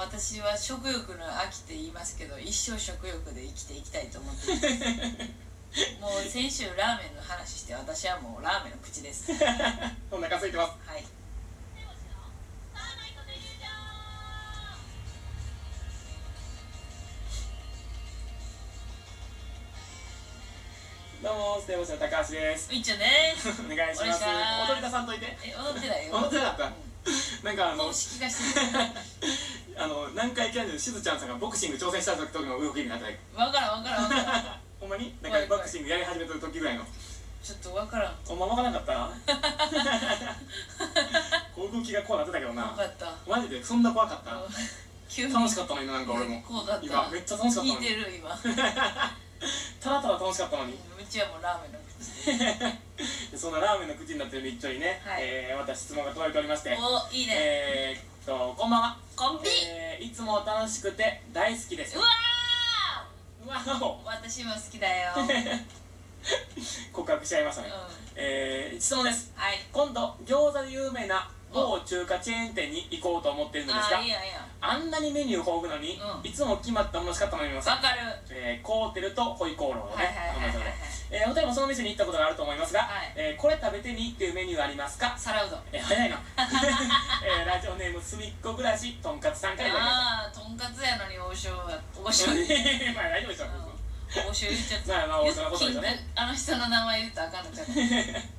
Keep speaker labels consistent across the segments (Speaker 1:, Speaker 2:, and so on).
Speaker 1: 私は食欲の秋って言いますけど一生食欲で生きていきたいと思ってい ますもう先週ラーメンの話して私はもうラーメンの口です
Speaker 2: お腹空いてます
Speaker 1: はい
Speaker 2: どうもステーボスの高橋です
Speaker 1: 一応ね
Speaker 2: お願いし
Speaker 1: お願いし
Speaker 2: ま
Speaker 1: ますす
Speaker 2: 踊り出さんといて
Speaker 1: え踊ってないよ
Speaker 2: 踊ってなかったなんかあ
Speaker 1: うん
Speaker 2: の
Speaker 1: 公式化してる
Speaker 2: あの南海キャンディのしずちゃんさんがボクシング挑戦した時の動きになったり
Speaker 1: 分からん分からん分からん
Speaker 2: ほんまになん
Speaker 1: 怖
Speaker 2: か
Speaker 1: い怖
Speaker 2: ボ
Speaker 1: い
Speaker 2: クシングやり始めた時ぐらいの
Speaker 1: ちょっと分からん
Speaker 2: おまわからなかった なこう動きがこうなってたけど
Speaker 1: 分
Speaker 2: な
Speaker 1: かった
Speaker 2: マジでそんな怖かった
Speaker 1: 急に
Speaker 2: 楽しかったのにななんか俺も
Speaker 1: こうだった
Speaker 2: 今めっちゃ楽しかったの
Speaker 1: 聞いてる今
Speaker 2: ただただ楽しかったのに
Speaker 1: うちはもうラーメンの口
Speaker 2: そんなラーメンの口になってる一丁にね、
Speaker 1: はい
Speaker 2: えーまた質問が届いておりまして
Speaker 1: おいいね、
Speaker 2: えーっとこんばんは
Speaker 1: コンビ、
Speaker 2: えーいつも楽しくて大好きです
Speaker 1: うわ
Speaker 2: うわお
Speaker 1: ー私も好きだ よ、うん、
Speaker 2: 告白しちゃいましたね、
Speaker 1: は
Speaker 2: えー質問で
Speaker 1: い
Speaker 2: す今度餃子で有名な某中華チェーン店に行こうと思っているのです
Speaker 1: あ
Speaker 2: が
Speaker 1: ーいいやんいいやん
Speaker 2: あんなにメニュー豊富なのに、
Speaker 1: うん
Speaker 2: いつも決まったものしか頼みません
Speaker 1: わかる
Speaker 2: えー、コーテルとホイコーローを
Speaker 1: はい
Speaker 2: ね
Speaker 1: はいはいはいはい
Speaker 2: 頼みますのでえーお二人もその店に行ったことがあると思いますが、
Speaker 1: はい
Speaker 2: えーこれ食べてみっていうメニューはありますか
Speaker 1: 皿うどん
Speaker 2: えー早いな、 えーラジオネームすみっこ暮らしとんかつさんからいただきました
Speaker 1: ああとんかつやのに王将は王将
Speaker 2: まあ大丈夫でしょ
Speaker 1: 王将言っちゃった
Speaker 2: まあまあ王将のことでしょう
Speaker 1: 言っ
Speaker 2: ね
Speaker 1: あの人の名前言うとあかんのちゃう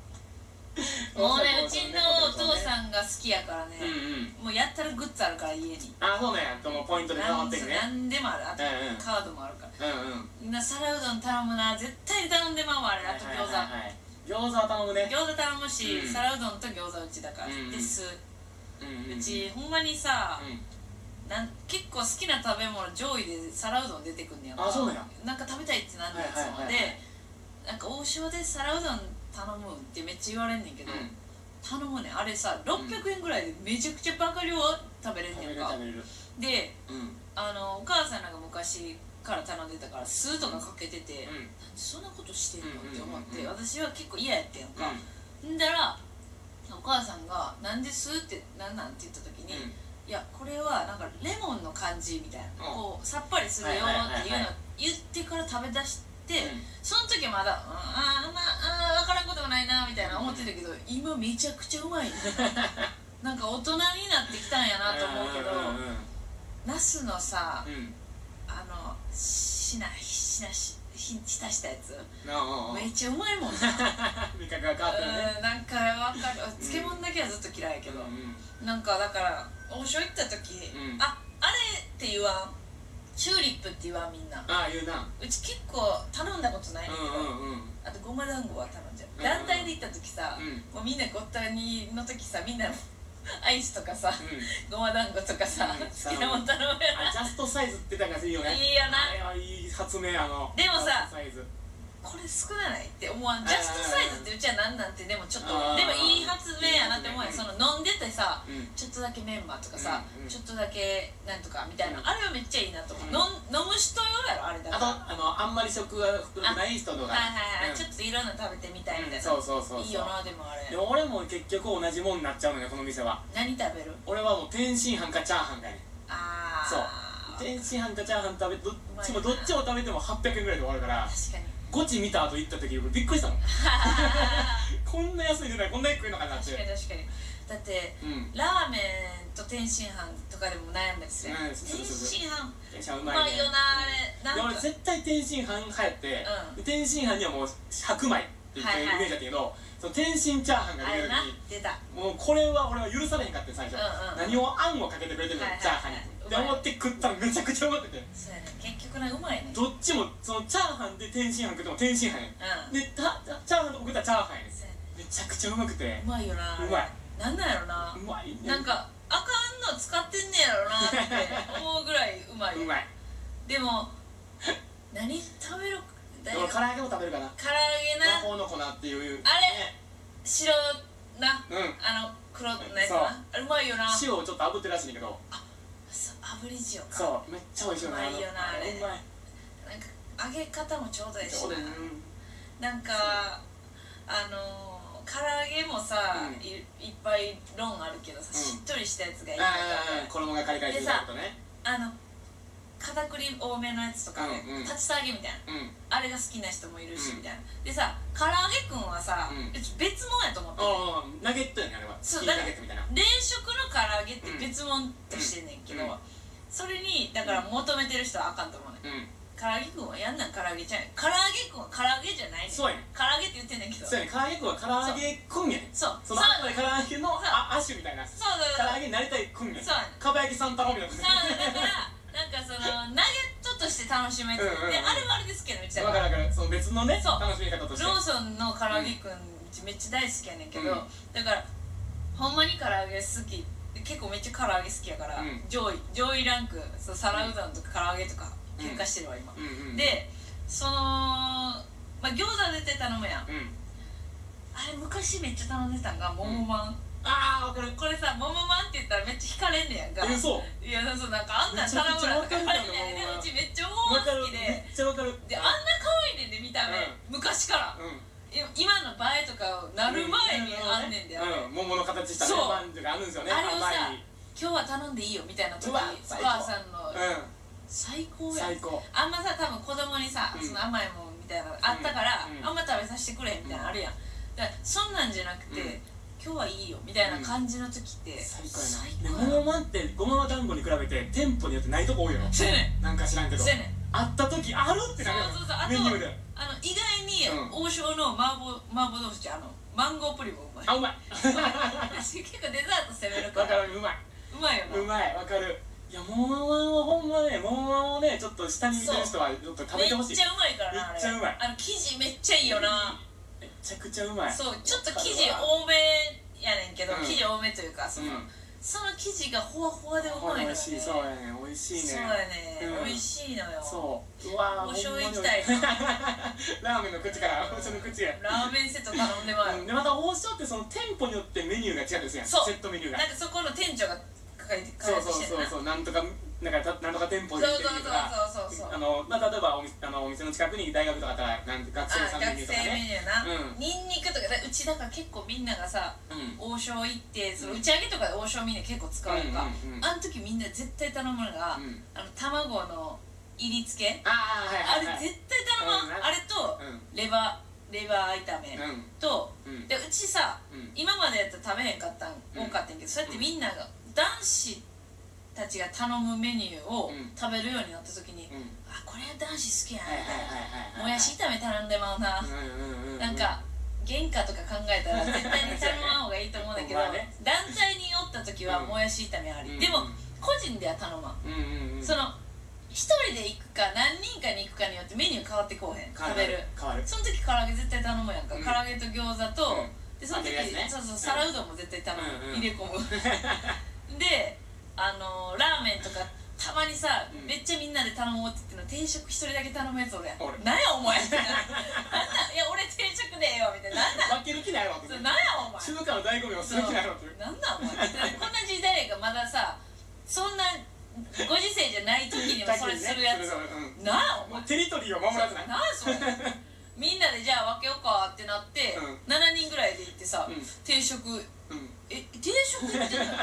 Speaker 1: もうねうちのお父
Speaker 2: ん
Speaker 1: さんが好きやからね、
Speaker 2: うんうん
Speaker 1: もうやったらグッズあるから家に
Speaker 2: あそうねともポイントで変わってるね
Speaker 1: 何でもあるあと
Speaker 2: うんうん
Speaker 1: カードもあるから
Speaker 2: うんうん
Speaker 1: みんな皿うどん頼むな絶対頼んでまうわあれあと餃子、
Speaker 2: 子餃子は頼むね
Speaker 1: 餃子頼むし、
Speaker 2: うん
Speaker 1: 皿うどんと餃子うちだから、
Speaker 2: うんうん
Speaker 1: です
Speaker 2: うんうん
Speaker 1: うちほんまにさ、
Speaker 2: うん
Speaker 1: なん結構好きな食べ物上位で皿うどん出てくんねやんか
Speaker 2: あそうなんや
Speaker 1: なんか食べたいってなんだやつも
Speaker 2: はいはいはいはい
Speaker 1: でなんか王将で皿うどん頼むってめっちゃ言われんねんけど、
Speaker 2: うん
Speaker 1: 頼むねんあれさ600円ぐらいでめちゃくちゃバカ量食べれん
Speaker 2: 食
Speaker 1: ね
Speaker 2: べれ
Speaker 1: ん
Speaker 2: る
Speaker 1: か
Speaker 2: 食べれる
Speaker 1: で
Speaker 2: うんうん
Speaker 1: あのお母さんなんか昔から頼んでたから酢とかかけてて、なんでそんなことしてんのって思って、
Speaker 2: うんうんうん
Speaker 1: 私は結構嫌やってんか、んだらお母さんが「なんです?」って「なんなん?」って言った時に「いやこれはなんかレモンの感じ」みたいな、
Speaker 2: うん
Speaker 1: こうさっぱりするよ
Speaker 2: はいはいはいは
Speaker 1: っ
Speaker 2: い
Speaker 1: ていうのを言ってから食べ出して、その時はまだ「うんあーまああー分からんこともないな」みたいな思ってたけど、今めちゃくちゃう まいねなんか大人になってきたんやなと思うけど、
Speaker 2: うんうん
Speaker 1: ナスのさ
Speaker 2: うん
Speaker 1: あのしなしなしひ浸したやつ
Speaker 2: うん
Speaker 1: めっちゃうまいもんな
Speaker 2: 味覚が変わってるね
Speaker 1: うんなんかわかる漬物だけはずっと嫌いやけど、なんかだから王将行った時、
Speaker 2: うん
Speaker 1: ああれって言わんチューリップって言わんみんな
Speaker 2: ああ言うな
Speaker 1: うち結構頼んだことないねんだけど、
Speaker 2: うんうんうん
Speaker 1: あとごま団子は頼んじゃう、
Speaker 2: うん
Speaker 1: 団体で行った時さ、
Speaker 2: うん
Speaker 1: もうみんなごったにの時さみんな アイスとかさごま団子とかさ、
Speaker 2: うん
Speaker 1: 好きなもん頼むよな
Speaker 2: あジャストサイズって言ったらいいよね
Speaker 1: いいよな
Speaker 2: あれはいい発明あの
Speaker 1: でもさ
Speaker 2: ジャストサイズ
Speaker 1: これ少ないって思わん
Speaker 2: あー
Speaker 1: ジャストサイズってうちは何なんてでもちょっと
Speaker 2: あ
Speaker 1: で
Speaker 2: ー
Speaker 1: もいい発明やなって思うやん
Speaker 2: いい
Speaker 1: そ
Speaker 2: 発
Speaker 1: の飲んでてさ
Speaker 2: うん
Speaker 1: ちょっとだけメンマとかさ、
Speaker 2: うんうん
Speaker 1: ちょっとだけなんとかみたいな、
Speaker 2: うん
Speaker 1: あれはめっちゃいいなと思う、
Speaker 2: うん
Speaker 1: のん飲む人用やろあれだ
Speaker 2: あ
Speaker 1: か
Speaker 2: と
Speaker 1: ら
Speaker 2: あのあんまり食が含んでない人とか
Speaker 1: はいはいはい、
Speaker 2: うん
Speaker 1: ちょっといろんな食べてみたいみたいな、
Speaker 2: そうそうそうそう
Speaker 1: いいよなでもあ
Speaker 2: で
Speaker 1: れ
Speaker 2: も俺も結局同じもんになっちゃうのよこの店は
Speaker 1: 何食べる
Speaker 2: 俺はもう天津飯かチャーハンだね
Speaker 1: ああ
Speaker 2: そう天津飯かチャーハン食べどっちもどっちも食べても800円ぐらいで終わるから
Speaker 1: 確かに
Speaker 2: ゴチ見た後行った時俺びっくりしたもん こんな安いじゃないこんなに食えるのかなっ
Speaker 1: 確かに
Speaker 2: て
Speaker 1: 確かにだって
Speaker 2: うん
Speaker 1: ラーメンと天津飯とかでも悩んだりするやん
Speaker 2: うん
Speaker 1: 天
Speaker 2: そうそうそう
Speaker 1: 津飯
Speaker 2: 天津飯う
Speaker 1: う
Speaker 2: ま
Speaker 1: ま
Speaker 2: いね
Speaker 1: いよなあれ
Speaker 2: で
Speaker 1: なん
Speaker 2: 俺
Speaker 1: か
Speaker 2: 絶対天津飯流行って、
Speaker 1: うん
Speaker 2: で天津飯にはもう白米っていうイ
Speaker 1: はいはい
Speaker 2: メージだったけど、その天津チャーハンが
Speaker 1: あ
Speaker 2: 出
Speaker 1: れ
Speaker 2: る
Speaker 1: な
Speaker 2: 時
Speaker 1: 出た
Speaker 2: もうこれは俺は許されへんかって最初、
Speaker 1: うんうん
Speaker 2: 何をあんをかけてくれてるの、
Speaker 1: はいはいはい
Speaker 2: チャーハンにって思って食ったらめちゃくちゃうまくて
Speaker 1: そうやね結局なうまいねうん
Speaker 2: どっちもそのチャーハンで天津飯食っても天津飯やんでたチャーハンとか食ったらチャーハンやねん
Speaker 1: そうやね
Speaker 2: めちゃくちゃうまくて
Speaker 1: うまいよなあれ
Speaker 2: うまい
Speaker 1: なんなんやろな
Speaker 2: うまいね
Speaker 1: なんかあかんの使ってんねやろなって思うぐらいうまいよ
Speaker 2: うまい
Speaker 1: でも何食べる
Speaker 2: で
Speaker 1: 誰
Speaker 2: も
Speaker 1: が
Speaker 2: 唐揚げも食べるかな
Speaker 1: 唐揚げな
Speaker 2: 魔法の粉っていう
Speaker 1: あ白な
Speaker 2: れ、うん
Speaker 1: あの黒のやつなあうまいよなあ
Speaker 2: 塩をちょっと炙ってるらしいねんだけど
Speaker 1: そう炙り塩か
Speaker 2: そうめっちゃ美味しいよな
Speaker 1: うまいよなあれ
Speaker 2: うま
Speaker 1: なんか揚
Speaker 2: い
Speaker 1: げ方もちょうどいいし
Speaker 2: そうだよね
Speaker 1: ななんかあのー唐揚げもさ、
Speaker 2: うん
Speaker 1: いいっぱい論あるけどさ、
Speaker 2: うん
Speaker 1: しっとりしたやつがいいとか
Speaker 2: ああ衣がカリカリしてるってことね
Speaker 1: あの片栗多めのやつとか、
Speaker 2: うんうん
Speaker 1: 竜田揚げみたいな
Speaker 2: うん
Speaker 1: あれが好きな人もいるし、
Speaker 2: うん
Speaker 1: みたいなでさ唐揚げくんはさ、
Speaker 2: うん
Speaker 1: 別物やと思って
Speaker 2: ああナゲットやねあれは
Speaker 1: そう
Speaker 2: チキンナゲットみたいな
Speaker 1: 冷食の唐揚げって別物としてんねんけど、
Speaker 2: うんうん
Speaker 1: それにだから求めてる人はあかんと思うねん
Speaker 2: うん
Speaker 1: 唐揚げくんはやんなん唐揚げちゃう唐揚げくんは唐揚げじゃないねん唐
Speaker 2: そうやね
Speaker 1: 揚げって言ってんねんけど
Speaker 2: そうやね唐揚げ粉は唐揚げ粉やね
Speaker 1: そう
Speaker 2: そ
Speaker 1: そうそうそうそう
Speaker 2: の後で唐揚げのあ亜種みたいな唐
Speaker 1: そ
Speaker 2: 揚
Speaker 1: う
Speaker 2: げになりたい粉やね
Speaker 1: そうやね
Speaker 2: かば焼きさん太郎みたいな
Speaker 1: そうだからなんかそのナゲットとして楽しめてて、
Speaker 2: うんうんう
Speaker 1: で
Speaker 2: ん
Speaker 1: あれはあれですけどうちだ
Speaker 2: わ
Speaker 1: か
Speaker 2: からるわかるその別のね
Speaker 1: そう
Speaker 2: 楽しみ方として
Speaker 1: ローソンの唐揚げくんめっちゃ大好きやねんけど、
Speaker 2: うん
Speaker 1: だからほんまに唐揚げ好き結構めっちゃ唐揚げ好きやから、
Speaker 2: うん
Speaker 1: 上位上位ランクそう皿うどんとか唐揚げとか
Speaker 2: うん
Speaker 1: 喧嘩してるわ今、
Speaker 2: うんうん
Speaker 1: でその、まあ、餃子出て頼むやんあ
Speaker 2: うん
Speaker 1: れ昔めっちゃ頼んでたんが桃まん、
Speaker 2: ああわかる
Speaker 1: これさ桃まんって言ったらめっちゃ惹かれんねやんか
Speaker 2: え嘘
Speaker 1: いやそうなんかあんなん頼むなとか言われて
Speaker 2: めちゃくちゃわかるな桃まん
Speaker 1: でうちめっちゃ桃まん
Speaker 2: わかる
Speaker 1: 好きでであ
Speaker 2: めっちゃわかる
Speaker 1: んな可愛いねんで見た目、昔から
Speaker 2: うん
Speaker 1: い今の映えとかをなる前にあんねんだよ、
Speaker 2: うん桃の形したね
Speaker 1: そう
Speaker 2: パンとかあるんですよね
Speaker 1: あれをさ
Speaker 2: 甘い
Speaker 1: 今日は頼んでいいよみたいな時お
Speaker 2: うわ最高
Speaker 1: 母さんの
Speaker 2: う
Speaker 1: 最高
Speaker 2: ん
Speaker 1: や
Speaker 2: 最高
Speaker 1: あんまさ多分子供にさ、
Speaker 2: うん
Speaker 1: その甘いもんみたいなのあったから、
Speaker 2: うん
Speaker 1: あん
Speaker 2: うん
Speaker 1: ま食べさせてくれみたいなのあるやんだからそんなんじゃなくて、
Speaker 2: うん
Speaker 1: 今日はいいよみたいな感じの時って、
Speaker 2: 最
Speaker 1: 最
Speaker 2: 高
Speaker 1: 高
Speaker 2: やなで
Speaker 1: や
Speaker 2: 桃まんってごま団子に比べて店舗によってないとこ多いよな
Speaker 1: そうやね
Speaker 2: なんか知らんけ
Speaker 1: ん
Speaker 2: ど
Speaker 1: そうやねん
Speaker 2: あった時あるってなるよ
Speaker 1: そうそうそうあと
Speaker 2: メニューで
Speaker 1: あの意外に
Speaker 2: う
Speaker 1: 王
Speaker 2: ん
Speaker 1: 将の麻婆麻婆豆腐ってあのマンゴープリンもうまい
Speaker 2: あうまい
Speaker 1: 私結構デザート攻めるか
Speaker 2: わからるうまいう
Speaker 1: まいよな
Speaker 2: うまいわかるいや桃まんはほんまね桃まんをねちょっと下に見てる人はちょっと食べてほしい
Speaker 1: めっちゃうまいからなあれ
Speaker 2: めっちゃうまい
Speaker 1: あの生地めっちゃいいよな
Speaker 2: めちゃくちゃうまい
Speaker 1: そうちょっと生地
Speaker 2: わかるわ
Speaker 1: 多めやねんけど、
Speaker 2: うん
Speaker 1: 生地多めというかその,、
Speaker 2: うん
Speaker 1: その生地がほわほわでう
Speaker 2: こ
Speaker 1: まい
Speaker 2: れ
Speaker 1: の
Speaker 2: 美
Speaker 1: よね
Speaker 2: 味しいそうやね美味しいね
Speaker 1: そうやね、
Speaker 2: うん
Speaker 1: 美味しいのよ
Speaker 2: そううわー
Speaker 1: お醤油
Speaker 2: ほんまに
Speaker 1: 行きたい
Speaker 2: ラーメンの口からお醤油の口へ
Speaker 1: ラーメンセット頼んでまう、
Speaker 2: うんでまた王将ってその店舗によってメニューが違うんですやんセ
Speaker 1: そう
Speaker 2: ットメニューが
Speaker 1: なんかそこの店長が書いて書いう
Speaker 2: そ
Speaker 1: て
Speaker 2: そう
Speaker 1: きて
Speaker 2: そう
Speaker 1: るな
Speaker 2: そうなんとかなんかたなんとか店舗でっていうか
Speaker 1: そうそうそうそうそう
Speaker 2: あのまあ例えばお店あのお店の近くに大学とかあったらなんて学生
Speaker 1: あ
Speaker 2: さん
Speaker 1: 学
Speaker 2: メニューと
Speaker 1: 生メ
Speaker 2: かね
Speaker 1: ニューな、
Speaker 2: うん
Speaker 1: ニンニクとかうちだから結構みんながさ
Speaker 2: うん
Speaker 1: 王将行ってその打ち上げとかで王将みんな結構使うやんか、
Speaker 2: うんうんうん
Speaker 1: あの時みんな絶対頼むのが、
Speaker 2: うん
Speaker 1: あの卵の入り付け
Speaker 2: ああ
Speaker 1: あ
Speaker 2: はい
Speaker 1: れ
Speaker 2: はいはい
Speaker 1: 絶対頼まん、
Speaker 2: うんね
Speaker 1: あれとレバーレバー炒め
Speaker 2: うん
Speaker 1: と、
Speaker 2: うん
Speaker 1: でうちさ、
Speaker 2: うん
Speaker 1: 今までやったら食べへんかったん
Speaker 2: う
Speaker 1: 多
Speaker 2: ん
Speaker 1: かったんやけど、そうやってみんなが男子たちが頼むメニューを
Speaker 2: うん
Speaker 1: 食べるようになった時に、
Speaker 2: うんうん
Speaker 1: あこれは男子好きやなみたいな、
Speaker 2: はいはいはいはい
Speaker 1: もやし炒め頼んでまうな、
Speaker 2: うんうんうん
Speaker 1: なんか原価とか考えたら絶対に頼まん方がいいと思うんだけど、
Speaker 2: まあね
Speaker 1: 団体におった時は
Speaker 2: うん
Speaker 1: もやし炒めあり、
Speaker 2: うん
Speaker 1: でも個人では頼まん、
Speaker 2: うんうんうん
Speaker 1: その一人で行くか何人かに行くかによってメニュー変わってこうへん
Speaker 2: 変わ
Speaker 1: 食べる
Speaker 2: 変わる
Speaker 1: その時唐揚げ絶対頼むやんか、
Speaker 2: うん
Speaker 1: 唐揚げと餃子と、
Speaker 2: うん
Speaker 1: でその時、
Speaker 2: 揚げるやつね
Speaker 1: そうそう
Speaker 2: うん
Speaker 1: 皿うどんも絶対頼む、
Speaker 2: うんうん
Speaker 1: 入れ込むであのラーメンとかたまにさ、
Speaker 2: うん
Speaker 1: めっちゃみんなで頼もうって言ってんの定食一人だけ頼むやつ俺
Speaker 2: 俺
Speaker 1: なんやお前ってななんなんいや俺定食でええよみたい ななんなん
Speaker 2: 負ける気ないわって
Speaker 1: それなんやお前
Speaker 2: 中華の醍醐味をする気ないわって
Speaker 1: なんなんお前こんな時代がまださそんなご時世じゃない時にもそれするや
Speaker 2: だけ
Speaker 1: つ、
Speaker 2: どねそれうん
Speaker 1: なんやお前
Speaker 2: もうテリトリーを守らずない
Speaker 1: なんそれみんなでじゃあ分けようかってなって、
Speaker 2: うん
Speaker 1: 7人ぐらいで行ってさ、
Speaker 2: うん
Speaker 1: 定食
Speaker 2: うん
Speaker 1: え定食って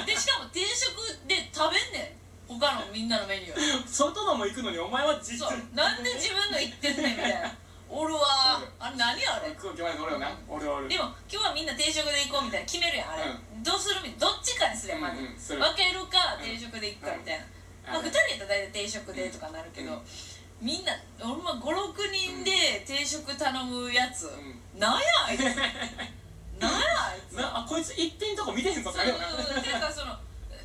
Speaker 1: でしかも定食で食べんねん他のみんなのメニュ ー
Speaker 2: 外のも行くのにお前は実
Speaker 1: そうなんで自分の行ってんねんみたいなおるわ
Speaker 2: そうよ
Speaker 1: あれ何あれ
Speaker 2: 空気前の俺よな俺は俺
Speaker 1: でも今日はみんな定食で行こうみたいな決めるやんあれ、どうするみどっちかにすりゃまず、
Speaker 2: うんうんする
Speaker 1: 分けるか定食で行くかみたいな、
Speaker 2: うん
Speaker 1: まあ、2人やったら大体定食でとかなるけど、
Speaker 2: うん
Speaker 1: みんなほんま56人で定食頼むやつ、
Speaker 2: ん
Speaker 1: なんやあいつなんやあいつ
Speaker 2: なあこいつ一品とこ見てへんぞ
Speaker 1: そ
Speaker 2: っ
Speaker 1: う
Speaker 2: てなるよな
Speaker 1: そうそうていうかその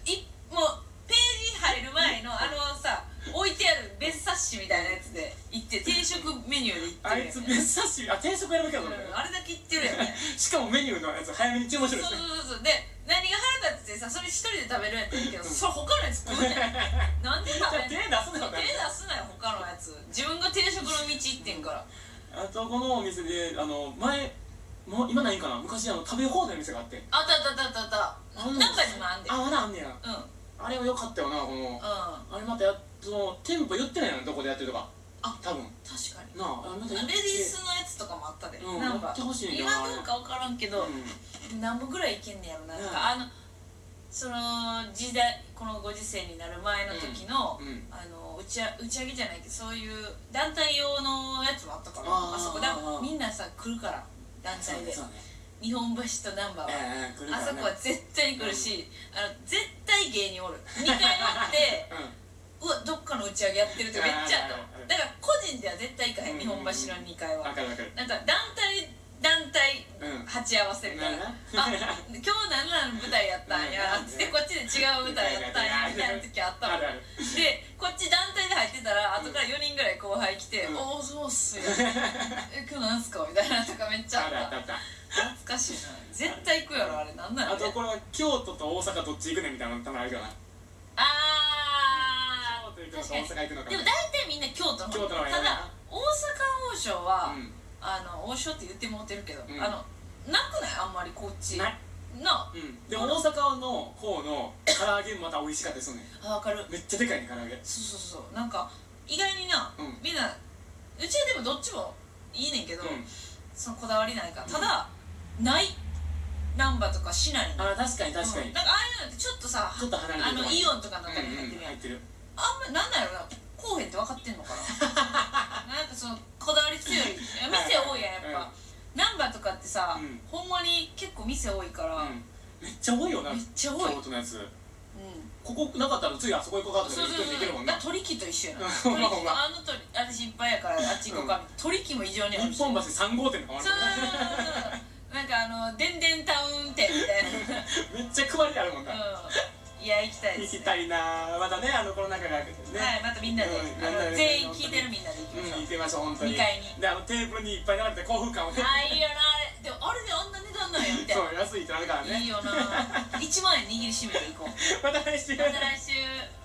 Speaker 1: いもうページ入る前のあのさ置いてある別冊子みたいなやつで行って定食メニューで行って
Speaker 2: あ
Speaker 1: る
Speaker 2: い
Speaker 1: やん
Speaker 2: つ別冊子あ定食やるべき
Speaker 1: う
Speaker 2: だ
Speaker 1: ん
Speaker 2: ぞみたいな
Speaker 1: あれだけ行ってるやんね
Speaker 2: しかもメニューのやつ早めに注文し
Speaker 1: そう
Speaker 2: てるん
Speaker 1: そうそうそ
Speaker 2: ですね
Speaker 1: うで何が腹立ってさそれ一人で食べるんやったらいいけどそれ他のやつ食うねん なんで食べん
Speaker 2: じ
Speaker 1: ねん
Speaker 2: ゃあ手出すなよ
Speaker 1: 手出すなよ他のやつ自分が定食の道行ってんから
Speaker 2: あとこのお店であの前もう今ないんかな昔あの食べ放題の店があって
Speaker 1: あったあったあったあったあった
Speaker 2: うん
Speaker 1: 中にもあんで
Speaker 2: あまだあんねや
Speaker 1: うんうん
Speaker 2: あれは良かったよなこの
Speaker 1: 確
Speaker 2: あれまたやその店舗言ってないのにどこでやってるとか
Speaker 1: あ
Speaker 2: 多分
Speaker 1: かに
Speaker 2: なああれまた
Speaker 1: レ
Speaker 2: 言
Speaker 1: デ
Speaker 2: って
Speaker 1: ィースのやつとかもあったで、
Speaker 2: うん
Speaker 1: なん
Speaker 2: や
Speaker 1: か
Speaker 2: ってほしいんだよ
Speaker 1: 今
Speaker 2: な
Speaker 1: なんか分からんけど、
Speaker 2: うん
Speaker 1: 何本ぐらいいけんねやろな,、
Speaker 2: うん
Speaker 1: なんかあのその時代このご時世になる前の時の、
Speaker 2: うん
Speaker 1: あの打ちあ打ち上げじゃないけどそういう団体用のやつもあったから
Speaker 2: あ
Speaker 1: あ
Speaker 2: ー
Speaker 1: そこだみんなさ来るから団
Speaker 2: そう
Speaker 1: 体
Speaker 2: ね
Speaker 1: で
Speaker 2: そうね
Speaker 1: 日本橋と難波は、
Speaker 2: ええ来るか
Speaker 1: あ
Speaker 2: らね
Speaker 1: そこは絶対に来るし、あの絶対芸人おる2回お って
Speaker 2: うん
Speaker 1: うわどっかの打ち上げやってるってめっちゃあったもん
Speaker 2: あー
Speaker 1: だから個人では絶対行かへん
Speaker 2: うん
Speaker 1: 日本橋の2階は
Speaker 2: わかるわかる
Speaker 1: なんか団体団体
Speaker 2: うん
Speaker 1: 鉢合わせみたいな「あ今日何々の舞台やったんや」
Speaker 2: うん
Speaker 1: つってこっちで違う舞台やったんやみたいな時あったも
Speaker 2: あ
Speaker 1: ん
Speaker 2: るある
Speaker 1: でこっち団体で入ってたら後から4人ぐらい後輩来て「
Speaker 2: うん
Speaker 1: おおそうっす よ」え「今日なんすか?」みたいなとかめっちゃあ
Speaker 2: あ
Speaker 1: っ
Speaker 2: るあった
Speaker 1: た
Speaker 2: あった
Speaker 1: 懐かしいな絶対行くやろあれなんな
Speaker 2: あ
Speaker 1: の
Speaker 2: とこれは京都と大阪どっち行くねんみたいなのたまにあるからな
Speaker 1: あー確かに
Speaker 2: 京都行くのか大阪行くのか
Speaker 1: でも大体みんな京都の
Speaker 2: 京
Speaker 1: 方
Speaker 2: 都の方やな
Speaker 1: ただ大阪王将は、
Speaker 2: うん
Speaker 1: あの王将って言ってもうてるけど、
Speaker 2: うん
Speaker 1: あのなくないあんまりこっち
Speaker 2: ない
Speaker 1: な
Speaker 2: うんで大阪の方の唐揚げもまた美味しかったりするねん
Speaker 1: あわかる
Speaker 2: めっちゃでかいね唐揚げ
Speaker 1: そうそうそうなんか意外にな、
Speaker 2: うん
Speaker 1: みんなうちはでもどっちもいいねんけど、
Speaker 2: うん
Speaker 1: そのこだわりないからただ、ない難波とか市内に
Speaker 2: あー確かに確か
Speaker 1: うん
Speaker 2: に
Speaker 1: なんかああいうのってちょっとさ
Speaker 2: ちょっと離れて
Speaker 1: あ
Speaker 2: る
Speaker 1: のイオンとかの中に入ってるやん、
Speaker 2: 入ってる
Speaker 1: あんまなんなんやろなこうへんって分かってん のかななんかそのこだわり強い店多いやんやっぱ、ナンバーとかってさ、
Speaker 2: うん
Speaker 1: ほんまに結構店多いから、
Speaker 2: うんめっちゃ多いよな
Speaker 1: めっちゃ多い
Speaker 2: 京都のやつ
Speaker 1: うん
Speaker 2: ここなかったら次あそこ行こうかと
Speaker 1: そ
Speaker 2: か
Speaker 1: う
Speaker 2: 一
Speaker 1: そう
Speaker 2: 人で行ける
Speaker 1: そ
Speaker 2: も
Speaker 1: うんだ
Speaker 2: な
Speaker 1: から鳥木と一緒やな
Speaker 2: ほんまほん
Speaker 1: 鳥木
Speaker 2: ま
Speaker 1: あの鳥あれ心配やからあっち行こうか、鳥木も異常にあるし
Speaker 2: 日本橋3号店とかもあ
Speaker 1: そう
Speaker 2: る
Speaker 1: そう
Speaker 2: もん
Speaker 1: そうそうなんかあのでんでんタウン店みたいな
Speaker 2: めっちゃ配りあるもん な
Speaker 1: うんいや行きたいで
Speaker 2: 行
Speaker 1: す、
Speaker 2: き
Speaker 1: ね、
Speaker 2: たいなまたねあのコロナ禍が明けてね
Speaker 1: はいまたみんなで、
Speaker 2: うん
Speaker 1: あ
Speaker 2: みんな
Speaker 1: の
Speaker 2: で
Speaker 1: 全員聞いてるみんなで行き
Speaker 2: う
Speaker 1: ましょう、
Speaker 2: ん行ってみましょう本当に
Speaker 1: 二階に
Speaker 2: であのテーブルにいっぱい並べて興奮感をね
Speaker 1: あいいよなあれでもあれであんな値段なんやみたいな
Speaker 2: そう安いってなるからね
Speaker 1: いいよな1万円握りしめていこう
Speaker 2: また来週
Speaker 1: また来週